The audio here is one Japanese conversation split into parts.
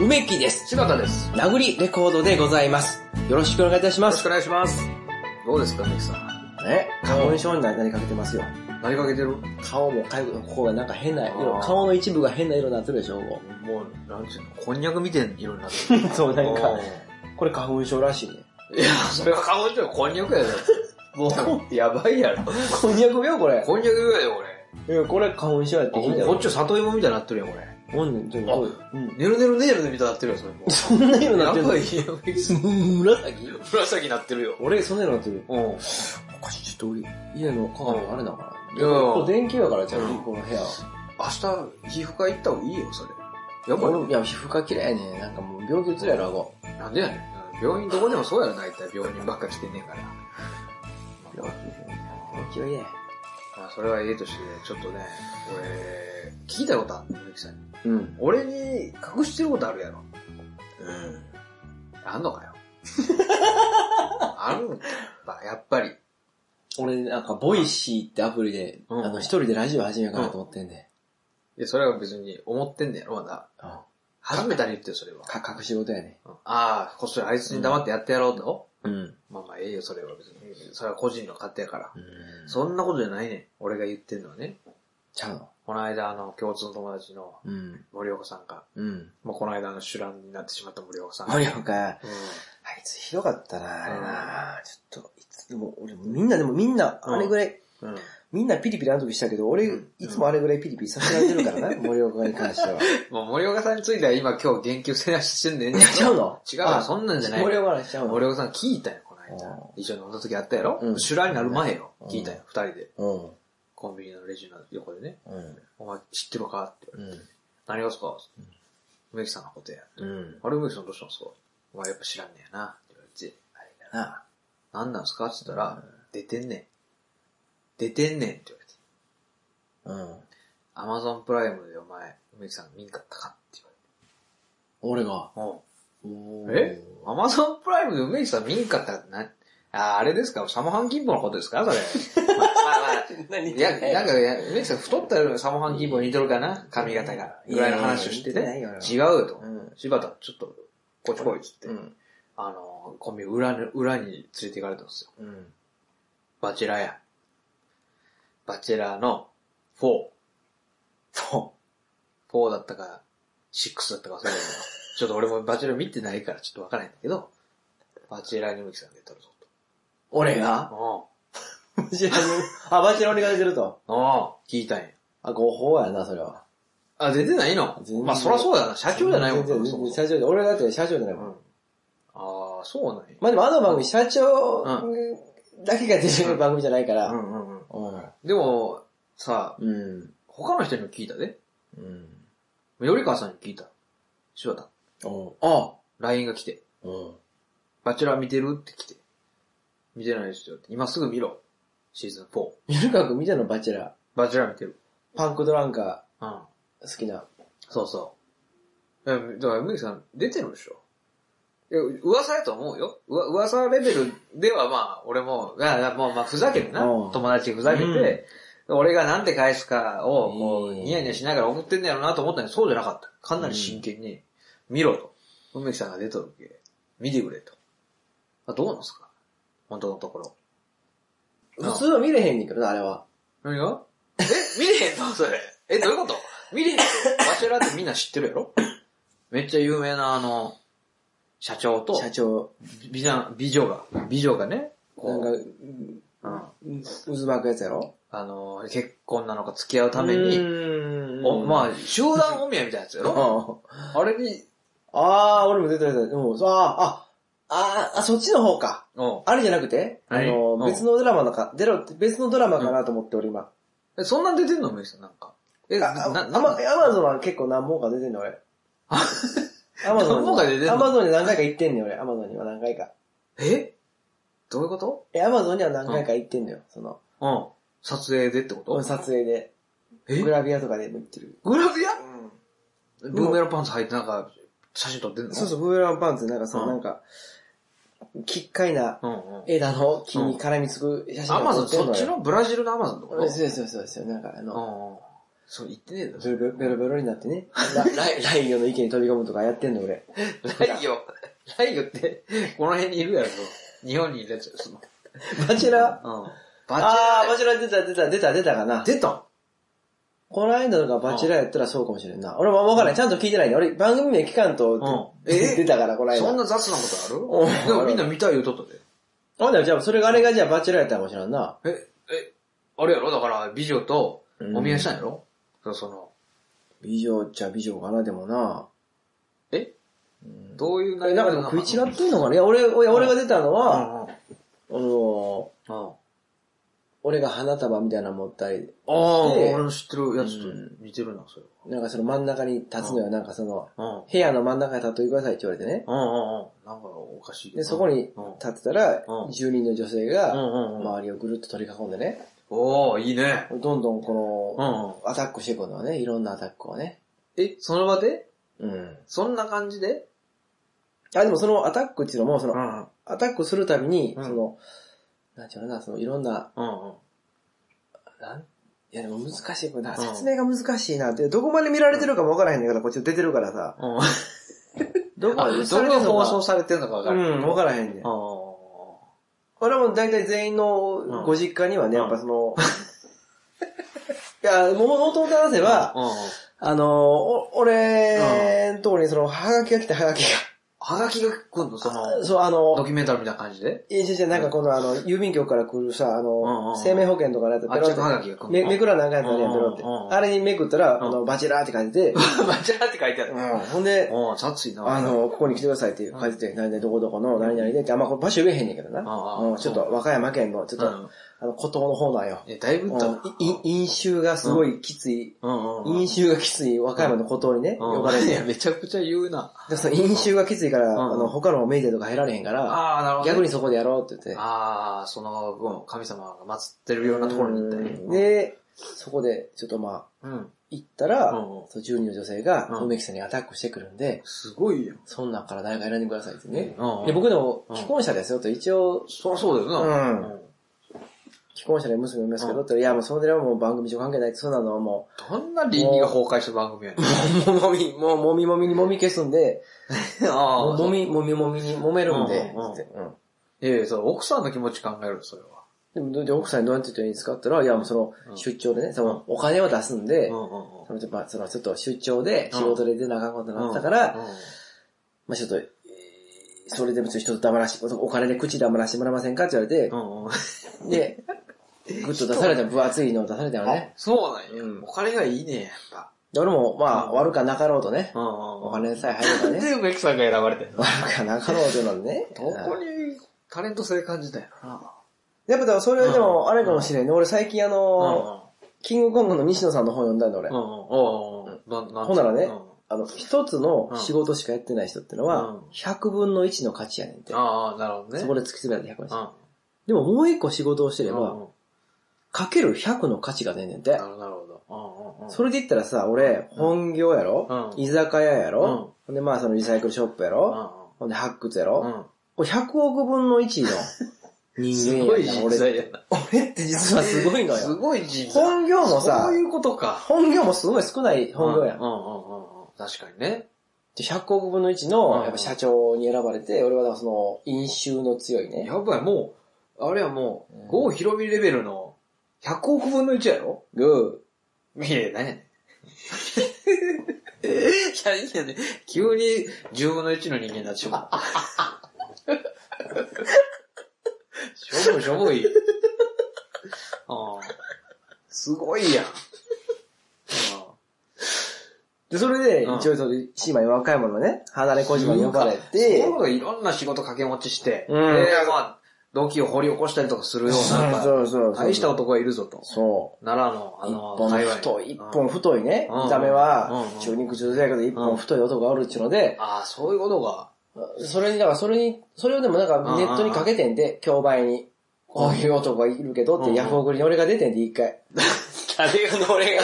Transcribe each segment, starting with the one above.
梅木です。柴田です。よ殴りレコードでございます。よろしくお願いいたしまろしくす。お願いします。どうですか、ミキさん。ね、花粉症になりかけてますよ。なりかけてる顔もかゆく、ここがなんか変な色あ、ー顔の一部が変な色になってるでしょ、 ももう、なんちゅうの、こんにゃくみたいな色になってう。そう、なんかお、これ花粉症らしいね。る。いや、それはかぼちゃよ、こんにゃくやで。もう、やばいやろ。こんにゃく病これ。こんにゃくやで、これ。いや、これ花粉症やって聞いたよこっ。ちは里芋みたいになってるやん、これ。ほんねん、ちょっとあこううん。ねるねるねるねみたいになってるやん、それもう。そんな色になってるやばのいよ、ミキさん 紫紫になってるよ。俺、そんな色になってる。うん。おかしい、ちょっと俺、家の鏡があれだから。いやここ電球やから、ちゃんうとんこの部屋は。明日、皮膚科行った方がいいよ、それ。やばいよ。俺いや、皮膚科嫌いやねなんかもう病気うつるやろ、顎。なんでやねん。病院どこでもそうやろ、大体。病院ばっか来てねえから。病気は嫌や。まあ、それはええとして、ちょっとね、俺、聞きたいことあんの、ゆきさんに。うん。俺に隠してることあるやろ。うん。あんのか よ。あるんか、やっぱ、やっぱり。俺、なんか、ボイシーってアプリで、うんあの、一人でラジオ始めようかなと思ってんね。いや、それは別に思ってんねやろ、まだ。あ初めてに言ってよ、それは。か、隠し事やね。うんああ、こっそりあいつに黙ってやってやろうと。うん。まあまあ、ええよ、それは別に。それは個人の勝手やから。そう。そんなことじゃないねん。俺が言ってんのはね。ちゃうの。この間、あの、共通の友達のうん。森岡さんが、うん。まあ、この間あの、主覧になってしまった森岡さん。森岡、うんあいつひどかったな、あれな。ちょっと、いつでも、俺、みんなでもみんな、うんあれぐらい、うんみんなピリピリあの時したけど、俺うん、いつもあれぐらいピリピリさせられてるからな、森岡に関して は。もう森岡さんについては今今日言及せなしてんねんねん。ちゃうの違うよ、そんなんじゃないよ。森岡の話しちゃうの。森岡さん聞いたよ、この間う。一緒に飲んだ時あったやろうん修羅になる前ようん。聞いたよ、二人で。うん。コンビニのレジの横でね。うん。お前知ってるかって言われて。うん。何がっすか梅木さんのことや。うん。あれ梅木さんどうしたんですかお前やっぱ知らんねやな。って言われて。な何なんすかって言ったら、出てんねん。出てんねんって言われて。あ。うん。アマゾンプライムでお前、梅木さん見んかったかって俺が。言われて。おーえアマゾンプライムで梅木さん見んかったらな、あ、あれですかサモハンキンポのことですかそれ。 まあ まあ、いや、なんかいや、梅木さん太ったよ、サモハンキンポに似てるかな髪型が。ぐらいの話をしていやいて。や似てない違うよよとう。ん。柴田、ちょっと、こっち来いっつってう。ん。あの、コンビニ裏に、裏に連れて行かれたんですよ。うん。バチェラーや。バチェラーの4。そ4だったか、6だったか忘れたけど、ちょっと俺もバチェラー見てないからちょっとわからないんだけど、バチェラーに梅木さん出たるぞう。俺がと。バチェラに、 あ、バチェラ俺が出てると。うん。うん。聞いたんや。あ、誤報やな、それは。あ、出てないの全然まあそらそうだな。社長じゃないもん全な然そもそ社長じゃない。俺だって社長じゃないも。もうんん。ああ、そうなんや。まあでもあの番組、社長うだけが出てる番組じゃないかうら。んうんうん。うん。でも、さ、うん。他の人にも聞いたで。うん。よりかわさんに聞いた。柴田。おう。ああ。LINE が来て。おう。バチェラー見てるって来て。見てないですよって。今すぐ見ろ。シーズン4。ゆるかく見たの、バチェラ。バチェラー見てる。パンクドランカうん。ー好きな。そうそう。えだから、麦さん出てるでしょいや、噂やと思うよ。うわ噂レベルではまあ、俺も、いやいやもうまあ、ふざけてな。うん友達ふざけて、俺がなんて返すかを、こうう、んニヤニヤしながら送ってんだろうなと思ったのに、そうじゃなかった。かなり真剣に、見ろと。梅木さんが出た時、見てくれと。あ、どうなんすか本当のところ。うん普通は見れへんねんけどな、あれは。何がえ、見れへんのそれ。え、どういうこと見れへんのバチェラーってみんな知ってるやろめっちゃ有名なあの、社長と、社長、美男、美女が、美女がね、なんこかう、、うんうん渦巻くやつやろあの、結婚なのか付き合うために、おあ、まあ、集団お見合いみたいなやつやうろんあれに、あー、俺も出た出た。うん、そうあー、あ、あー、あ、そっちの方か。うあれじゃなくて、あはいのう、ん別のドラマのか、出ろって別のドラマかなと思って俺今。ん。えそんなん出てんのメイさん、なんか。え、ああな、な、アマアマゾンは結構何本か出てんの俺。 アマゾン何本か出てんに、のアマゾンに何回か行ってんのよ俺。アマゾンには何回か。えどういうことえ、アマゾンには何回か行ってんのよ。その、うん。撮影でってこと撮影で、えグラビアとかでも行ってる。グラビアブーメランパンツ履いてなんか、写真撮ってんのそうそう、ブーランパンツなんかそのうんなんか、きっかいなうんうん。枝の木に絡みつく写真アマゾがン、撮ってんそっのよちのブラジルのアマゾンってこうんとそうそうそうそう、なんかあの、うそう、言ってねえだそれベベロベロになって ね。ラライライオンの池に飛び込むとかやってんの俺。ろ。ライオ、ライオって、この辺にいるやろ。日本にいるやつ。そのバチェラうん。バチェあー、バチェラ出た出た出た出たかな。出たこの間のがバチェラやったらそうかもしれんな。俺もわからない。ちゃんと聞いてないね。俺番組名聞かんと、うんえ出たから、この間。そんな雑なこうとあんるでもみんな見たい言うとったで。あ、でもじゃあ、それがあれがじゃあバチェラやったかもしれんな。え、え、あれやろだから、美女とうんお見合いしたんやろ、そうその、美女っちゃ美女かな、でもな。えどういうえ、なんかでも食い違っってんのかないや、俺、俺俺が出たのたは、ああの、あ。俺が花束みたいなの持ったり、ああ、で俺の知ってるやつと似てるな、それなんかその真ん中に立つのよ。なんかその、は。部屋の真ん中に立ってくださいって言われてね。うん。うんうんうん。なんかおかしいけど。で、そこにうん立ってたらう、ん住人の女性うんが、うんうん。周りをぐるっと取り囲んでね、おおいいね。どんどんこうの、んうん。アタックしていくのはね、いろんなアタックをね。え、その場でうん。そんな感じであ、でもそのアタックっていうのも、そうの、んうん。アタックするたびに、うんその、なんていうのかな、そのいろんな、うんうん。なんいやでも難しい、これなうん説明が難しいなって、どこまで見られてるかもわからへんねんから、こっち出てるからさ。うん。 どこまあでどれが放送さされてるのかわれてかるのる。かうん、わからへんねんあ。あ。俺も大体全員のご実家にはね、うんやっぱその、 いや、ももともと話せば、うんうん。あの、お俺のところにその、はがきが来てはがきはがきが今度そのが。、そう、あドの、キュメンタリーみたいな感じでいやいやいやなんかこのあの、郵便局から来るさ、あうんうの、ん生命保険とかのやつ、あ、ペロちょっとはっがきが来て、るめめくらなあかんやつあるやん、ペロっうんうんうんて。あれにめくったら、あの、バチェラーって書いてて、バチャーって書いてある。うんほんで、おお殺意な。あ、の、ここに来てくださいって書いてて、何々どこどこの何々でって、あんまこれ場所言えへんねんけどな。ああうんちょっと和歌山県の、ちょっと、うん。あの、孤島の方なんよ。え、だいぶういったなんい飲酒がすごいきつい、うんうん。飲酒がきつい和歌山の孤島にね、呼ばれいて や、。めちゃくちゃ言うな。で、その飲酒がきついから、うんあの、他のメディアとか入られへんから、ああ、なるほど。逆にそこでやろうって言って。ああ、その、うん神様が祀ってるようなところに行ったり。うんで、そこで、ちょっとまあ、うん。行ったら、うんうんその住人の女性が、うん梅木さんにアタックしてくるんで、すごいやん。そんなんから誰か選んでくださいってね。うんうんで、僕でも、既婚者ですよと、一応、そりゃそうだような。ん既婚者で娘もいますけど、って言ったらいや、もうそれはもう番組上関係ないって、そんなのはもう、どんな倫理が崩壊した番組やねん。もみ、もうも みもみにもみ消すんで、あもみもみもみに揉めるんで、うんうんうんつってうんいやいや、それ奥さんの気持ち考える、それは。でもどうで奥さんにどうやって言ったらいいんですかって言ったら、いやもうそうんの出張でね、そのお金を出すんで、うんうんそのちょっとまあそのちょっと出張で仕事で出なあかんことになったから、うん。まあちょっと、えーそれで別に一つ黙らし、お金で口黙らしてもらえませんかって言われてう、んうん。で、グッと出された分厚いのを出されたよね。そうなんやうん。お金がいいね、やっぱ。で俺もまあうん悪かなかろうとね、うんうんおうん。金さえ入ればなんね、で梅木さんが選ばれてん の悪かなかろうとなんでね。どこにタレント性感じたんやろな。やっぱでもそれでもあれかもしれんね。俺最近あの、キングコングの西野さんの本読んだんだ俺。うんうん。うんうん。うんななほんならねうんあの、一つの仕事しかやってない人ってのうはん、 100分の1の価値やねんって。ああ、なるほどね。そこで、で突き詰められて100分の1。でももう一個仕事をしてうれん。うんば、うんかける100の価値が出んねんてなる。ほど、なるほど。うんうんうん。それで言ったらさ、俺、本業やろうん居酒屋やろほんでまあそのリサイクルショップやうんろほんで発掘やうんろうん。これ100億分の1の す人間ごいやん人俺。材やな。俺って実はすごいのすよ。ごい人材。本業もさそういうことか。本業もすごい少ない本業やんうん。うんうんうん。確かにね。で、100億分の1うの、んやっぱ社長に選ばれて、俺はだからその、飲酒の強いね。やばい、もう、あれはもうんう、郷ひろみレベルの100億分の1やろグいや、何や ねん。いや、いいやねん。急に10分の1の人間になってしま う。しょぼいしょぼ い。ああ。すごいやん。あー。で、それで、うん一応その、島に和歌山のね、離れ小島に呼ばれあてそ、の子がいろんな仕事掛け持ちして、うんで、まあ、動機を掘り起こしたりとかするような、やっぱそうそうそう。大した男がいるぞと。そう。奈良の、あ一の、本界隈太い、うん一本太いね、うん見た目はう、ん中肉中背やけど一本太い男がおるっちゅうので、ああ、そういうことが。それに、だからそれに、それをでもなんかネットにかけてんで、競売に。こういう男がいるけどっうて、んヤフオクに俺が出てんで、一回。誰が俺が、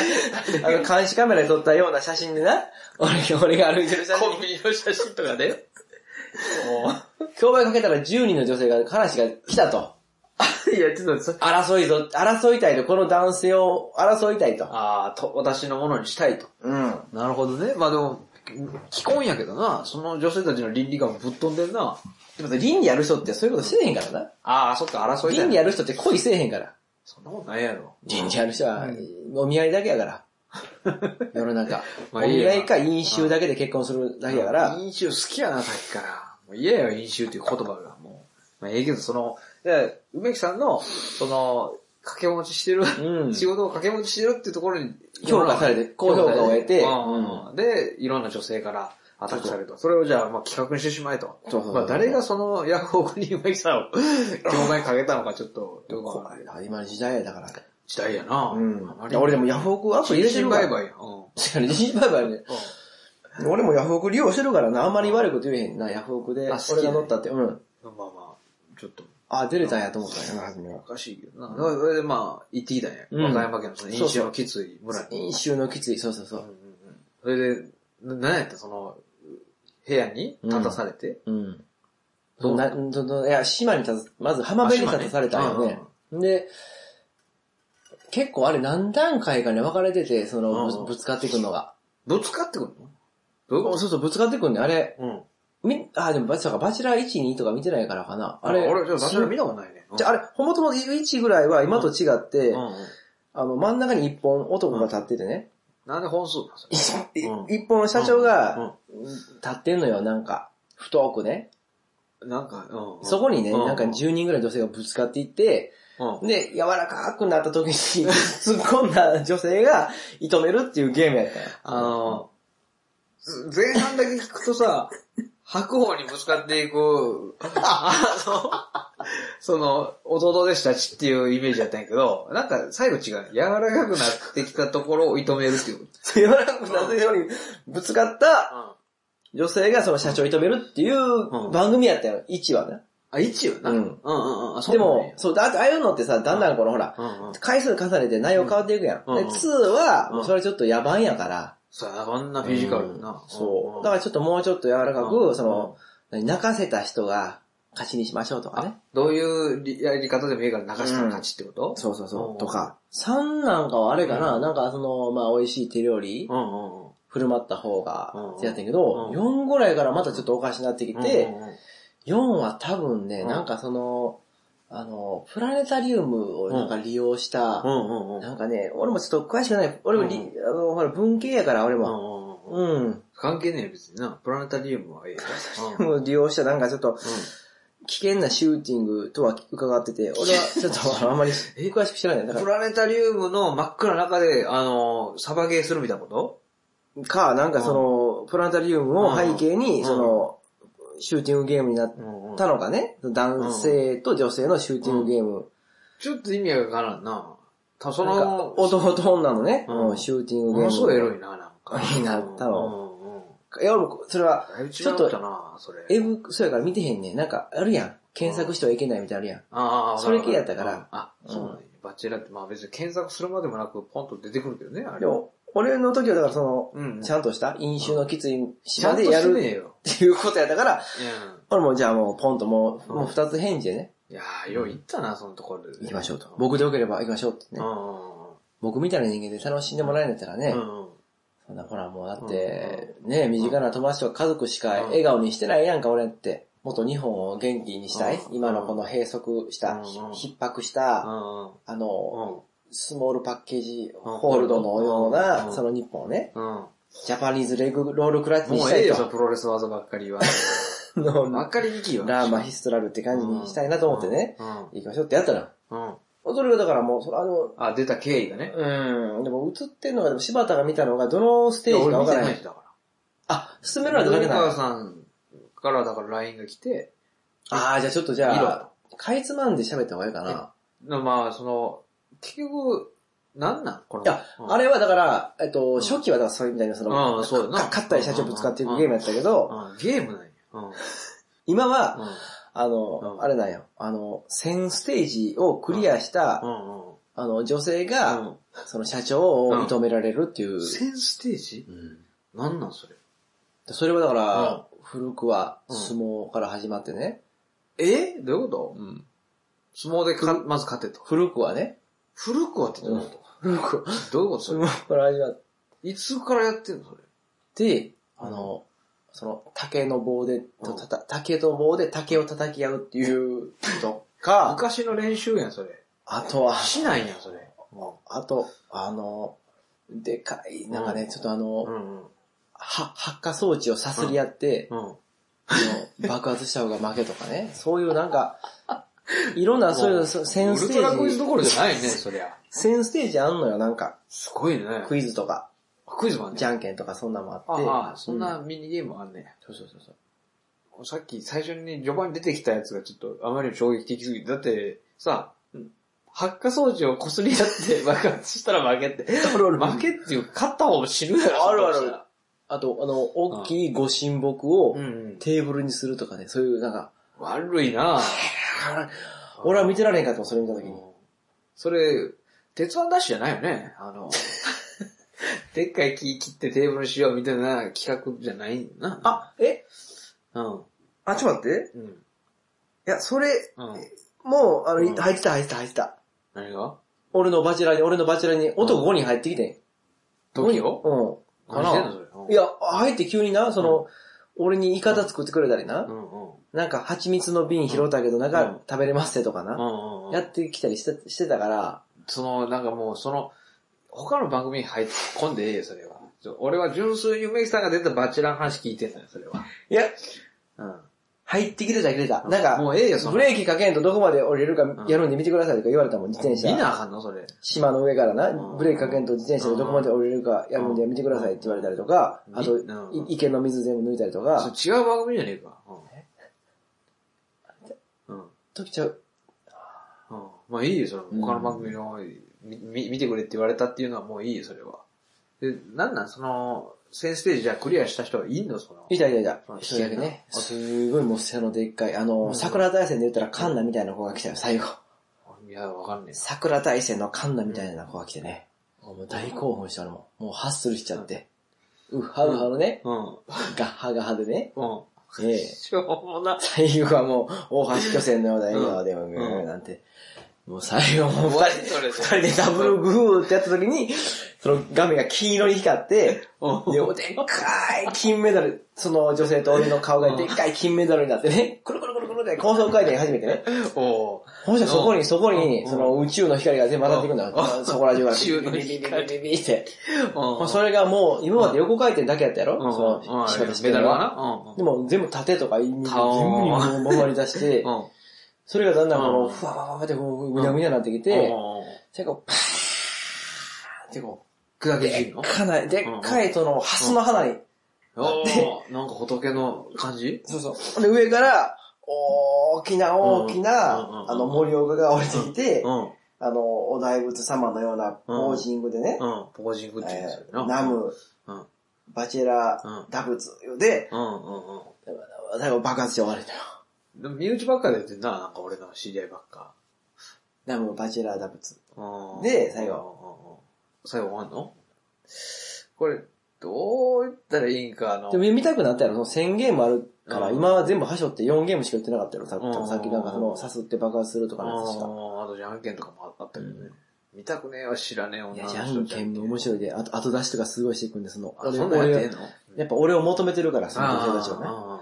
あの、監視カメラで撮ったような写真でな、俺が、俺が歩いてる写真コンビニの写真とかで、競売かけたら10人の女性が、彼氏が来たと。 いや、ちょっとそ、争いぞ、争いたいと、この男性を争いたいと。ああ、と、私のものにしたいと。うん。なるほどね。まあでも、既婚やけどな、その女性たちの倫理観ぶっ飛んでんな。でもさ倫理やる人ってそういうことせえへんからな。ああ、そっか、争いだよ倫理やる人って恋せえへんから。そんなことないやろ。倫理やる人は、お見合いだけや から。世の中。まあおいい見や合いか飲酒だけで結婚するだけやから。飲酒好きやな、さっきから。もう嫌やよ、飲酒っていう言葉が。もう。まあ、ええけど、その、で梅木さんの、その、掛け持ちしてる、うん仕事を掛け持ちしてるっていうところに、評価されて高評価を得てうんで、いろんな女性からアタックされると。それをじゃあ、まあ、企画にしてしまえと。そうそうそうまあ、誰がその、ヤフオクに梅木さんを、業界かけたのかちょっと、よくわかんない。今の時代だから。時代やな。あまいりや俺でもヤフオクアプリ入れて人る身から。売買や。うん。違うね人身売買ね。俺もヤフオク利用してるからな、あんまり悪いこと言えへんな、ヤフオクで。あ好きね俺が乗ったって。うん。まあまあ、ちょっと。あ、出れたんやと思ったよな、初めはお。かしいけどな。だからそれでまあ、行ってきたんや。うん和歌山県のその飲酒のきつい村に。飲酒のきつい、そうそうそう。それで、ななんやったその、部屋に立たされて。うん。どうなそのいや、島に立つ、まず浜辺に立たされたんよね。で、結構あれ何段階かね、分かれてて、そうんの、ぶぶつかってくんのが。ぶつかってくるのどういうそこうそう、ぶつかってくんね。あれ、とうん。み、あ、でもバチ、そうかバチェラー1、2とか見てないからかな。ああれ、れ俺、ちょっと場所見たことないね。じゃあ、あれ、ほもとも1ぐらいは今と違って、うんうんあの、真ん中に一本男が立っててね。なんで本数なんすか一うん一本社長うんがうん立ってんのよ、なんか。太くね。なんか、うんうん。そこにね、うんなんか10人ぐらいの女性がぶつかっていって、うんで、柔らかくなった 時に突っ込んだ女性が射止めるっていうゲームやったよ。あの、前半だけ聞くと さ、白鵬にぶつかっていく、あの、その、弟でしたちっていうイメージだったんやけど、なんか最後違うね。柔らかくなってきたところを射止めるっていう。柔らかくなったようにぶつかったあ、女性がその社長を射止めるっていう番組やったよ、1話ね。一応な。うんうんうんうん。でも、そう、だってああいうのってさ、だんだんこのほら、そうなんや、うんうん。回数重ねて内容変わっていくやん。うんで、うん2は、うんそれちょっと野蛮やから。そうやな、こんなフィジカルやうんな。そう。だかだからちょっともうちょっと柔らかうく、んその、何泣かせた人が勝ちにしましょうとかねら。、どういうりやり方でもいいから流したら勝ちってことそうそうそうう。んとか。3なんかはあれかな、なんかその、まあ美味しい手料理、うんうんうん。振る舞った方がうん、やってんけど、う4んぐらいからまたちょっとおかしになってきうんて、うんうん、 4は多分ね、うんなんかその、あの、プラネタリウムをなんか利用した、うんうんうん。なんかね、俺もちょっと詳しくない。俺もり、うあの、ほら、文系やから、俺うんうも。んうんうんうん。関係ねえよ別にな。プラネタリウムはええよ。うん利用したなんかちょっとうん危険なシューティングとは伺って て、俺はちょっとあんまり詳しく知らない。だかプラネタリウムの真っ暗な中で、あの、サバゲーするみたいなこと ら、か、なんかその、プラネタリウムを背景うんに、その、シューティングゲームになっうんうんたのかね。男性と女性のシューティングゲーム。ちょっと意味がわからんな。たそなんか、の、男と女のね、うんうんシューティングゲーム。ものすごいエロいな、なんか。いいな太郎うんうんうん。いや、俺もそれは、だいぶ違ったな、それ。エブ、そうやから見てへんねん。なんか、あるやん。検索してはいけないみたいなのあるやん。ああ、それ系やったからわるわる。あ、そうなんやバチェラって、まあ別に検索するまでもなく、ポンと出てくるけどね、あでれ。も、俺の時はだからその、うん。ちゃんとした飲酒のきついち島ゃんとでやしるねえよ。っていうことやったから、う俺もじゃあもうポンともう、うんもう二つ返事でね、ん。いやー、よう言ったな、そのところで。行きましょうと。僕僕でよければ行きましょうってうね。んうんうん。僕みたいな人間で楽しんでもらえんだったらね、うんうん。そんなほらもうだって、ね、身近な友達とか家族しかうん笑顔にしてないやんか俺って。もっと日本を元気にしたい。うん今のこの閉塞した、うんひ逼迫した、あうの、んうん。スモールパッケージうんホールドのよううな、んその日本をね、うん。うん。ジャパニーズレグロールクラッチにもしうたええいよ、そのと。プロレス技ばっかりは。のばっかりにきよ。ラーマヒストラルって感じにしたいなと思ってね、うん。行きましょうってやったら、うん。うんそれがだからもう、それあの、あ、出た経緯がね。うん、でも映ってんのが、でも柴田が見たのがどのステージかわからいや俺見てなないい人。だかあ、進めら。るなんてだけ古川なさんからだから LINE が来て、ああ、じゃあちょっとじ見ゃあろ、かいつまんで喋った方がいいかな。と。まあ、その、結局、なんなんこの。いや、うんあれはだから、えっうんと、初期はだからそれみたいな、その、うん、そうだな。か勝ったり社長ぶつかっていくゲームやったけど、うん。うんゲームなんや。うん。今は、うあうんの、あれなんよ、あの、1000ステージをクリアした、ん。うん。うんあの、女性が、うん。その社長を認められるっていう。センステージうんなんなんそれ。でそれはだから、うん古くは相撲から始まってね、えどういうこと相撲でか、まず勝てと。古くはね。古くはってどういうこと、古く は。どういうことそそれのから味わっいつからやってんのそれ。て、あの、その、竹の棒で、とたた、竹と棒で竹を叩き合うっていうとか、昔の練習やん、それ。あとは、しないやん、それ。もあと、あの、でかい、なんかうね、んちょっとあうの、うんうん。は、発火装置をさすり合って、うん。あの爆発した方が負けとかね、そういうなん か、いろんな、そういう、そう1000ウステルトラクイズーどころじゃないね、そりゃ。ジ、1000ステージあんのよ、なんか、すごいね。クイズとか、クイズもあんねじゃんけんとかそんなのもあって。ああ、そんうなミニゲームあんね。そうそうそうそう。さっき最初に序盤に出てきたやつがちょっとあまりにも衝撃的すぎて、だってさ、発火装置を擦り合って 爆発したら負けって。負けっていうか勝った方も死ぬやろ。あるあるあと、あの、大きいご神木をうんうん。テーブルにするとかね、そういうなんか、悪いなぁ。俺は見てられへんかった、それ見た時に。それ、鉄腕ダッシュじゃないよね。あ の、でっかい木切ってテーブルにしようみたいな企画じゃないんだな。あ、えうん。あ、ちょっと待って。うん。いや、それ、うん。もう、あの、うん入ってた、入ってた、入ってた。何が俺のバチェラーに、俺のバチェラーに男5人入ってきてん。時をうん。か何してんのなそれ。うんいや、入って急にな、その、俺にイカダ作ってくれたりなう、んうん。なんか蜂蜜の瓶拾ったけど、なんうんか食べれますってとかな、うんうんうんやってきたりしてしてたから、その、なんかもう、その、他の番組に入って込んでええよ、それは。ちょ俺は純粋に梅木さんが出たバチェラーの話聞いてんのよ、それは。いや、う入ってきてた、入れた。なんか、もうええよ、その。ブ見レーキかけんとどこまで降りれるかやるんで見てくださいとか言われたもん、自転車。なあかんの、それ。島の上からなうん、ブレーキかけんと自転車でどこまで降りれるかやるんで見てくださいって言われたりとか、あとみうん、い池の水全部抜いたりとそか、れ違う番組じゃねえか。うん。うん。時ちゃう。うんまあいいよ、それは。うん他の番組の、みみ見てくれって言われたっていうのはもういいよ、それは。で、なんなん、その、1000ステージじゃクリアした人はいいのその。いたいたいたうん。一人だけね。すごいもう背のでっかい。あうの、ん桜大戦で言ったらカンナみたいな子が来たよ、最後。いや、わかんねえ桜大戦のカンナみたいな子が来てね。もう大興奮したのもん。もうハッスルしちゃって。うっはうはのね、な。うん。ガッハガハでね。うん。ええ。しょうもな。最後はもう、大橋巨泉のような笑顔で、んなんて。もう最後もう二人それ二人でダブルグーってやった時に、その画面が黄色に光って、うんで、おでっかい金メダル、その女性と俺の顔がでっかい金メダルになってね、くるくるくるくるって高速回転始めてね、おうほんしたらそこに、そこうに、んその宇宙の光が全部当たってくるんだうんよ。そこら中が。宇宙の光ビビビビビビビって。もう。うんそれがもう、今まで横回転だけやったやろうんそうんの、仕方してメるダルのはは。な。でも全部縦とか、全部に顔回り出してう、ん。うん。それがだんだんこううんふわわわわってこう、ぐにゃぐにゃになってきて、最後、パーンってこ砕う、け散でるっのかな、でっかいその、ハスの花に、おーなんか仏の感じそうそう。で、上から、大きな大きうんうんうんうんな、あの、森岡が降りてきてう、ん。うん。あの、お大仏様のようなポージングでね、ポージングって言うんですえよーな。ナムうん、バチェラうんー、打仏で、うんうんうん。最後爆発して終わりだよ。でも身内ばっかでやってんな、なんか俺の知り合いばっか。ナム、バチェラー、打仏。うんで最後。うんうんうん最後終わんのこれ、どう言ったらいいんかな。でも見たくなったやろ、その1000ゲームあるから、うん今は全部はしょって4ゲームしか言ってなかったやろ、さっうんきさっきなんかその、さすって爆発するとかのやつしか。あーあとじゃんけんとかもあったけどね。見たくねえわ、知らねえい女や、の人じゃんけんも面白いで、あと後出しとかすごいしていくんで、その、あ俺そんなんやって俺んのやっぱ俺を求めてるから、その女性たちをね。あ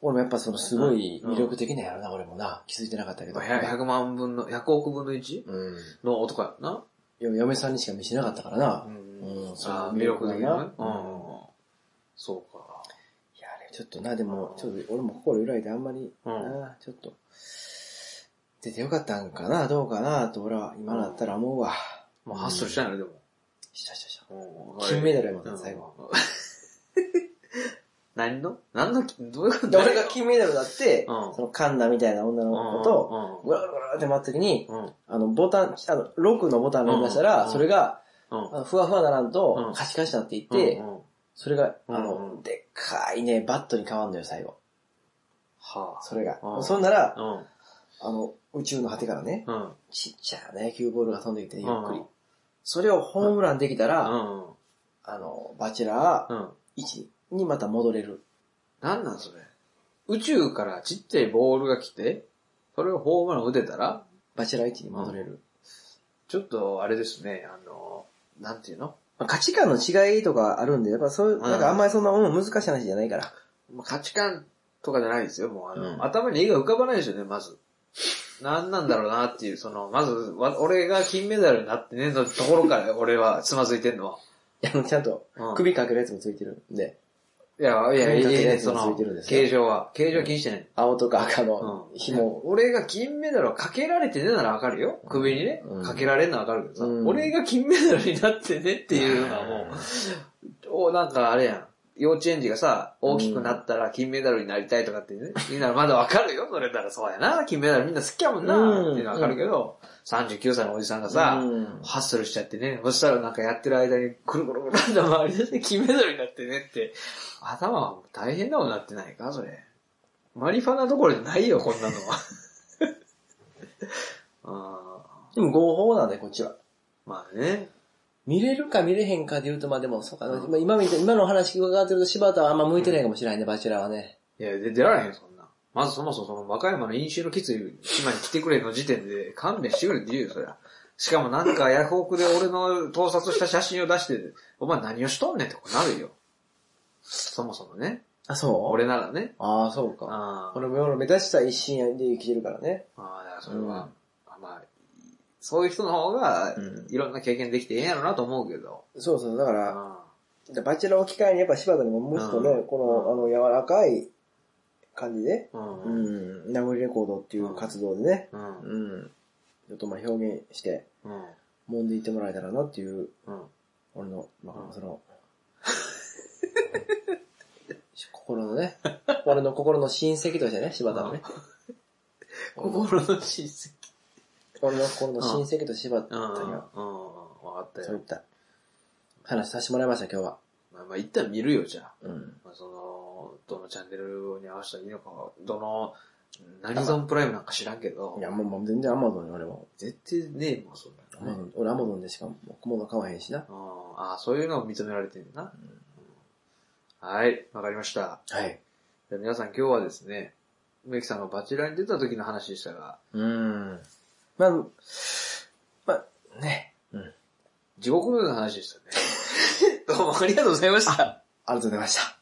俺もやっぱそのすごい魅力的なんやろな、俺もな、気づいてなかったけーど。 100万分の、100億分の 1? うん。の男やんな。嫁嫁さんにしか見せなかったからな。うんそうあー魅力的なね。ううんん。そうか。いや、あれちょっとな、でも、ちょっと俺も心揺らいであんまり、うんなあちょっと、出てよかったんかな、どうかな、と俺は今なったら思うわ。まあ、ハッスルしたんやろ、でも。したしたした。うん金メダルやもんな最後。うん何の何のどういうことで、俺が金メダルだって、うんそのカンナみたいな女の子と、ぐらぐらぐらって回った時に、うん、うん、うんあの、ボタン、あの、6のボタン連打したら、うんそれが、うんあのふわふわならんうとん、カチカチになっていって、うんうんそれが、うんあの、うんでっかいね、バットに変わんのよ、最後。はそれが。うんそんなら、あ。うん、あの、宇宙の果てからね、うん、うんちっちゃな野球ボールが飛んできて、ゆっくうりん。それをホームランできたら、うん、あの、バチェラーうん。 1にまた戻れる。なんなんそれ。宇宙からちっちゃいボールが来て、それをホームラン打てたら、バチェライティに戻れる。ちょっとあれですね、あの、なんていうのまあ価値観の違いとかあるんで、やっぱそういう、うんなんかあんまりそんな、うん、難しい話じゃないから。 まあ価値観とかじゃないですよ、もうあの、うん頭に絵が浮かばないですよね、まず。何なんだろうなっていう、その、まず、わ俺が金メダルになってねえのところから、 俺はつまずいてんのは。いや、あのちゃんとうん首かけるやつもついてるんで、いや、いや、い首にかやけいるやや、つそもつのいてるんで、すよ形状は、形状は気にしてない。青とか赤のうん。紐。俺が金メダルはかけられてねえならわかるよ。首にねう、んかけられんのはわかるけどさ、うん俺が金メダルになってねっていうのはもう、お、なんかあれやん。幼稚園児がさ、大きくなったら金メダルになりたいとかってね、みんなまだわかるよ、それならそうやな、金メダルみんな好きやもんな、うんっていうのはわかるけど、39歳のおじさんがうさ、んハッスルしちゃってね、そしたらなんかやってる間にくるくるくるって回り出して金メダルになってねって、頭は大変なことになってないか、それ。マリファナどころじゃないよ、こんなのは。 あでも合法なんで、こっちは。ーまあね。見れるか見れへんかで言うと、まあでも、そうか、うんまあ今みたい今の話伺ってると柴田はあんま向いてないかもしれないね、バチェラーはね。いや、で出られへん、そんな。まずそもそもその和歌山の飲酒のきつい島に来てくれの時点で勘弁してくれって言うよ、そりゃ。しかもなんかヤフオクで俺の盗撮した写真を出して、お前何をしとんねんってことなるよ。そもそもね。あ、そう俺ならね。ああ、そうか。あー俺も目指した一心で生きてるからね。あー、だからそれは、まあ、そういう人の方がうん、いろんな経験できてええんやろなと思うけど。そうそう、だから、あでバチェラーを機会にやっぱ柴田にももうちょっとね、うんこの、あの、柔らかい感じで、ーうんう。ん、名残レコードっていう活動でね、うん。うん、ちょっとまあ表現して、うん。揉んでいってもらえたらなっていう、うん。俺の、まうんあ、その、心のね、俺の心の親戚としてね、柴田のね、心の親戚。俺の心の親戚として柴田うん。にうん。うんは、わかったそういよっ。た話させてもらいました、今日は。まあ、まあ、一旦見るよ、じゃあ。うん。まあ、その、どのチャンネルに合わせたらいいのか、どの、何ゾンプライムなんか知らんけどい、や、もうもう全然アマゾンに俺も。絶対ねえもん、そんアマなのゾね。ン俺アマゾンでしか物買わへんしな。うんああ、そういうのを認められてるな。はい、わかりました。はい。じゃあ皆さん今日はですね、梅木さんがバチェラーに出た時の話でしたが、うん。まあ、まあ、ね。うん。あり 地獄のような話でしたね。どうもありがとうございました。がとうございました。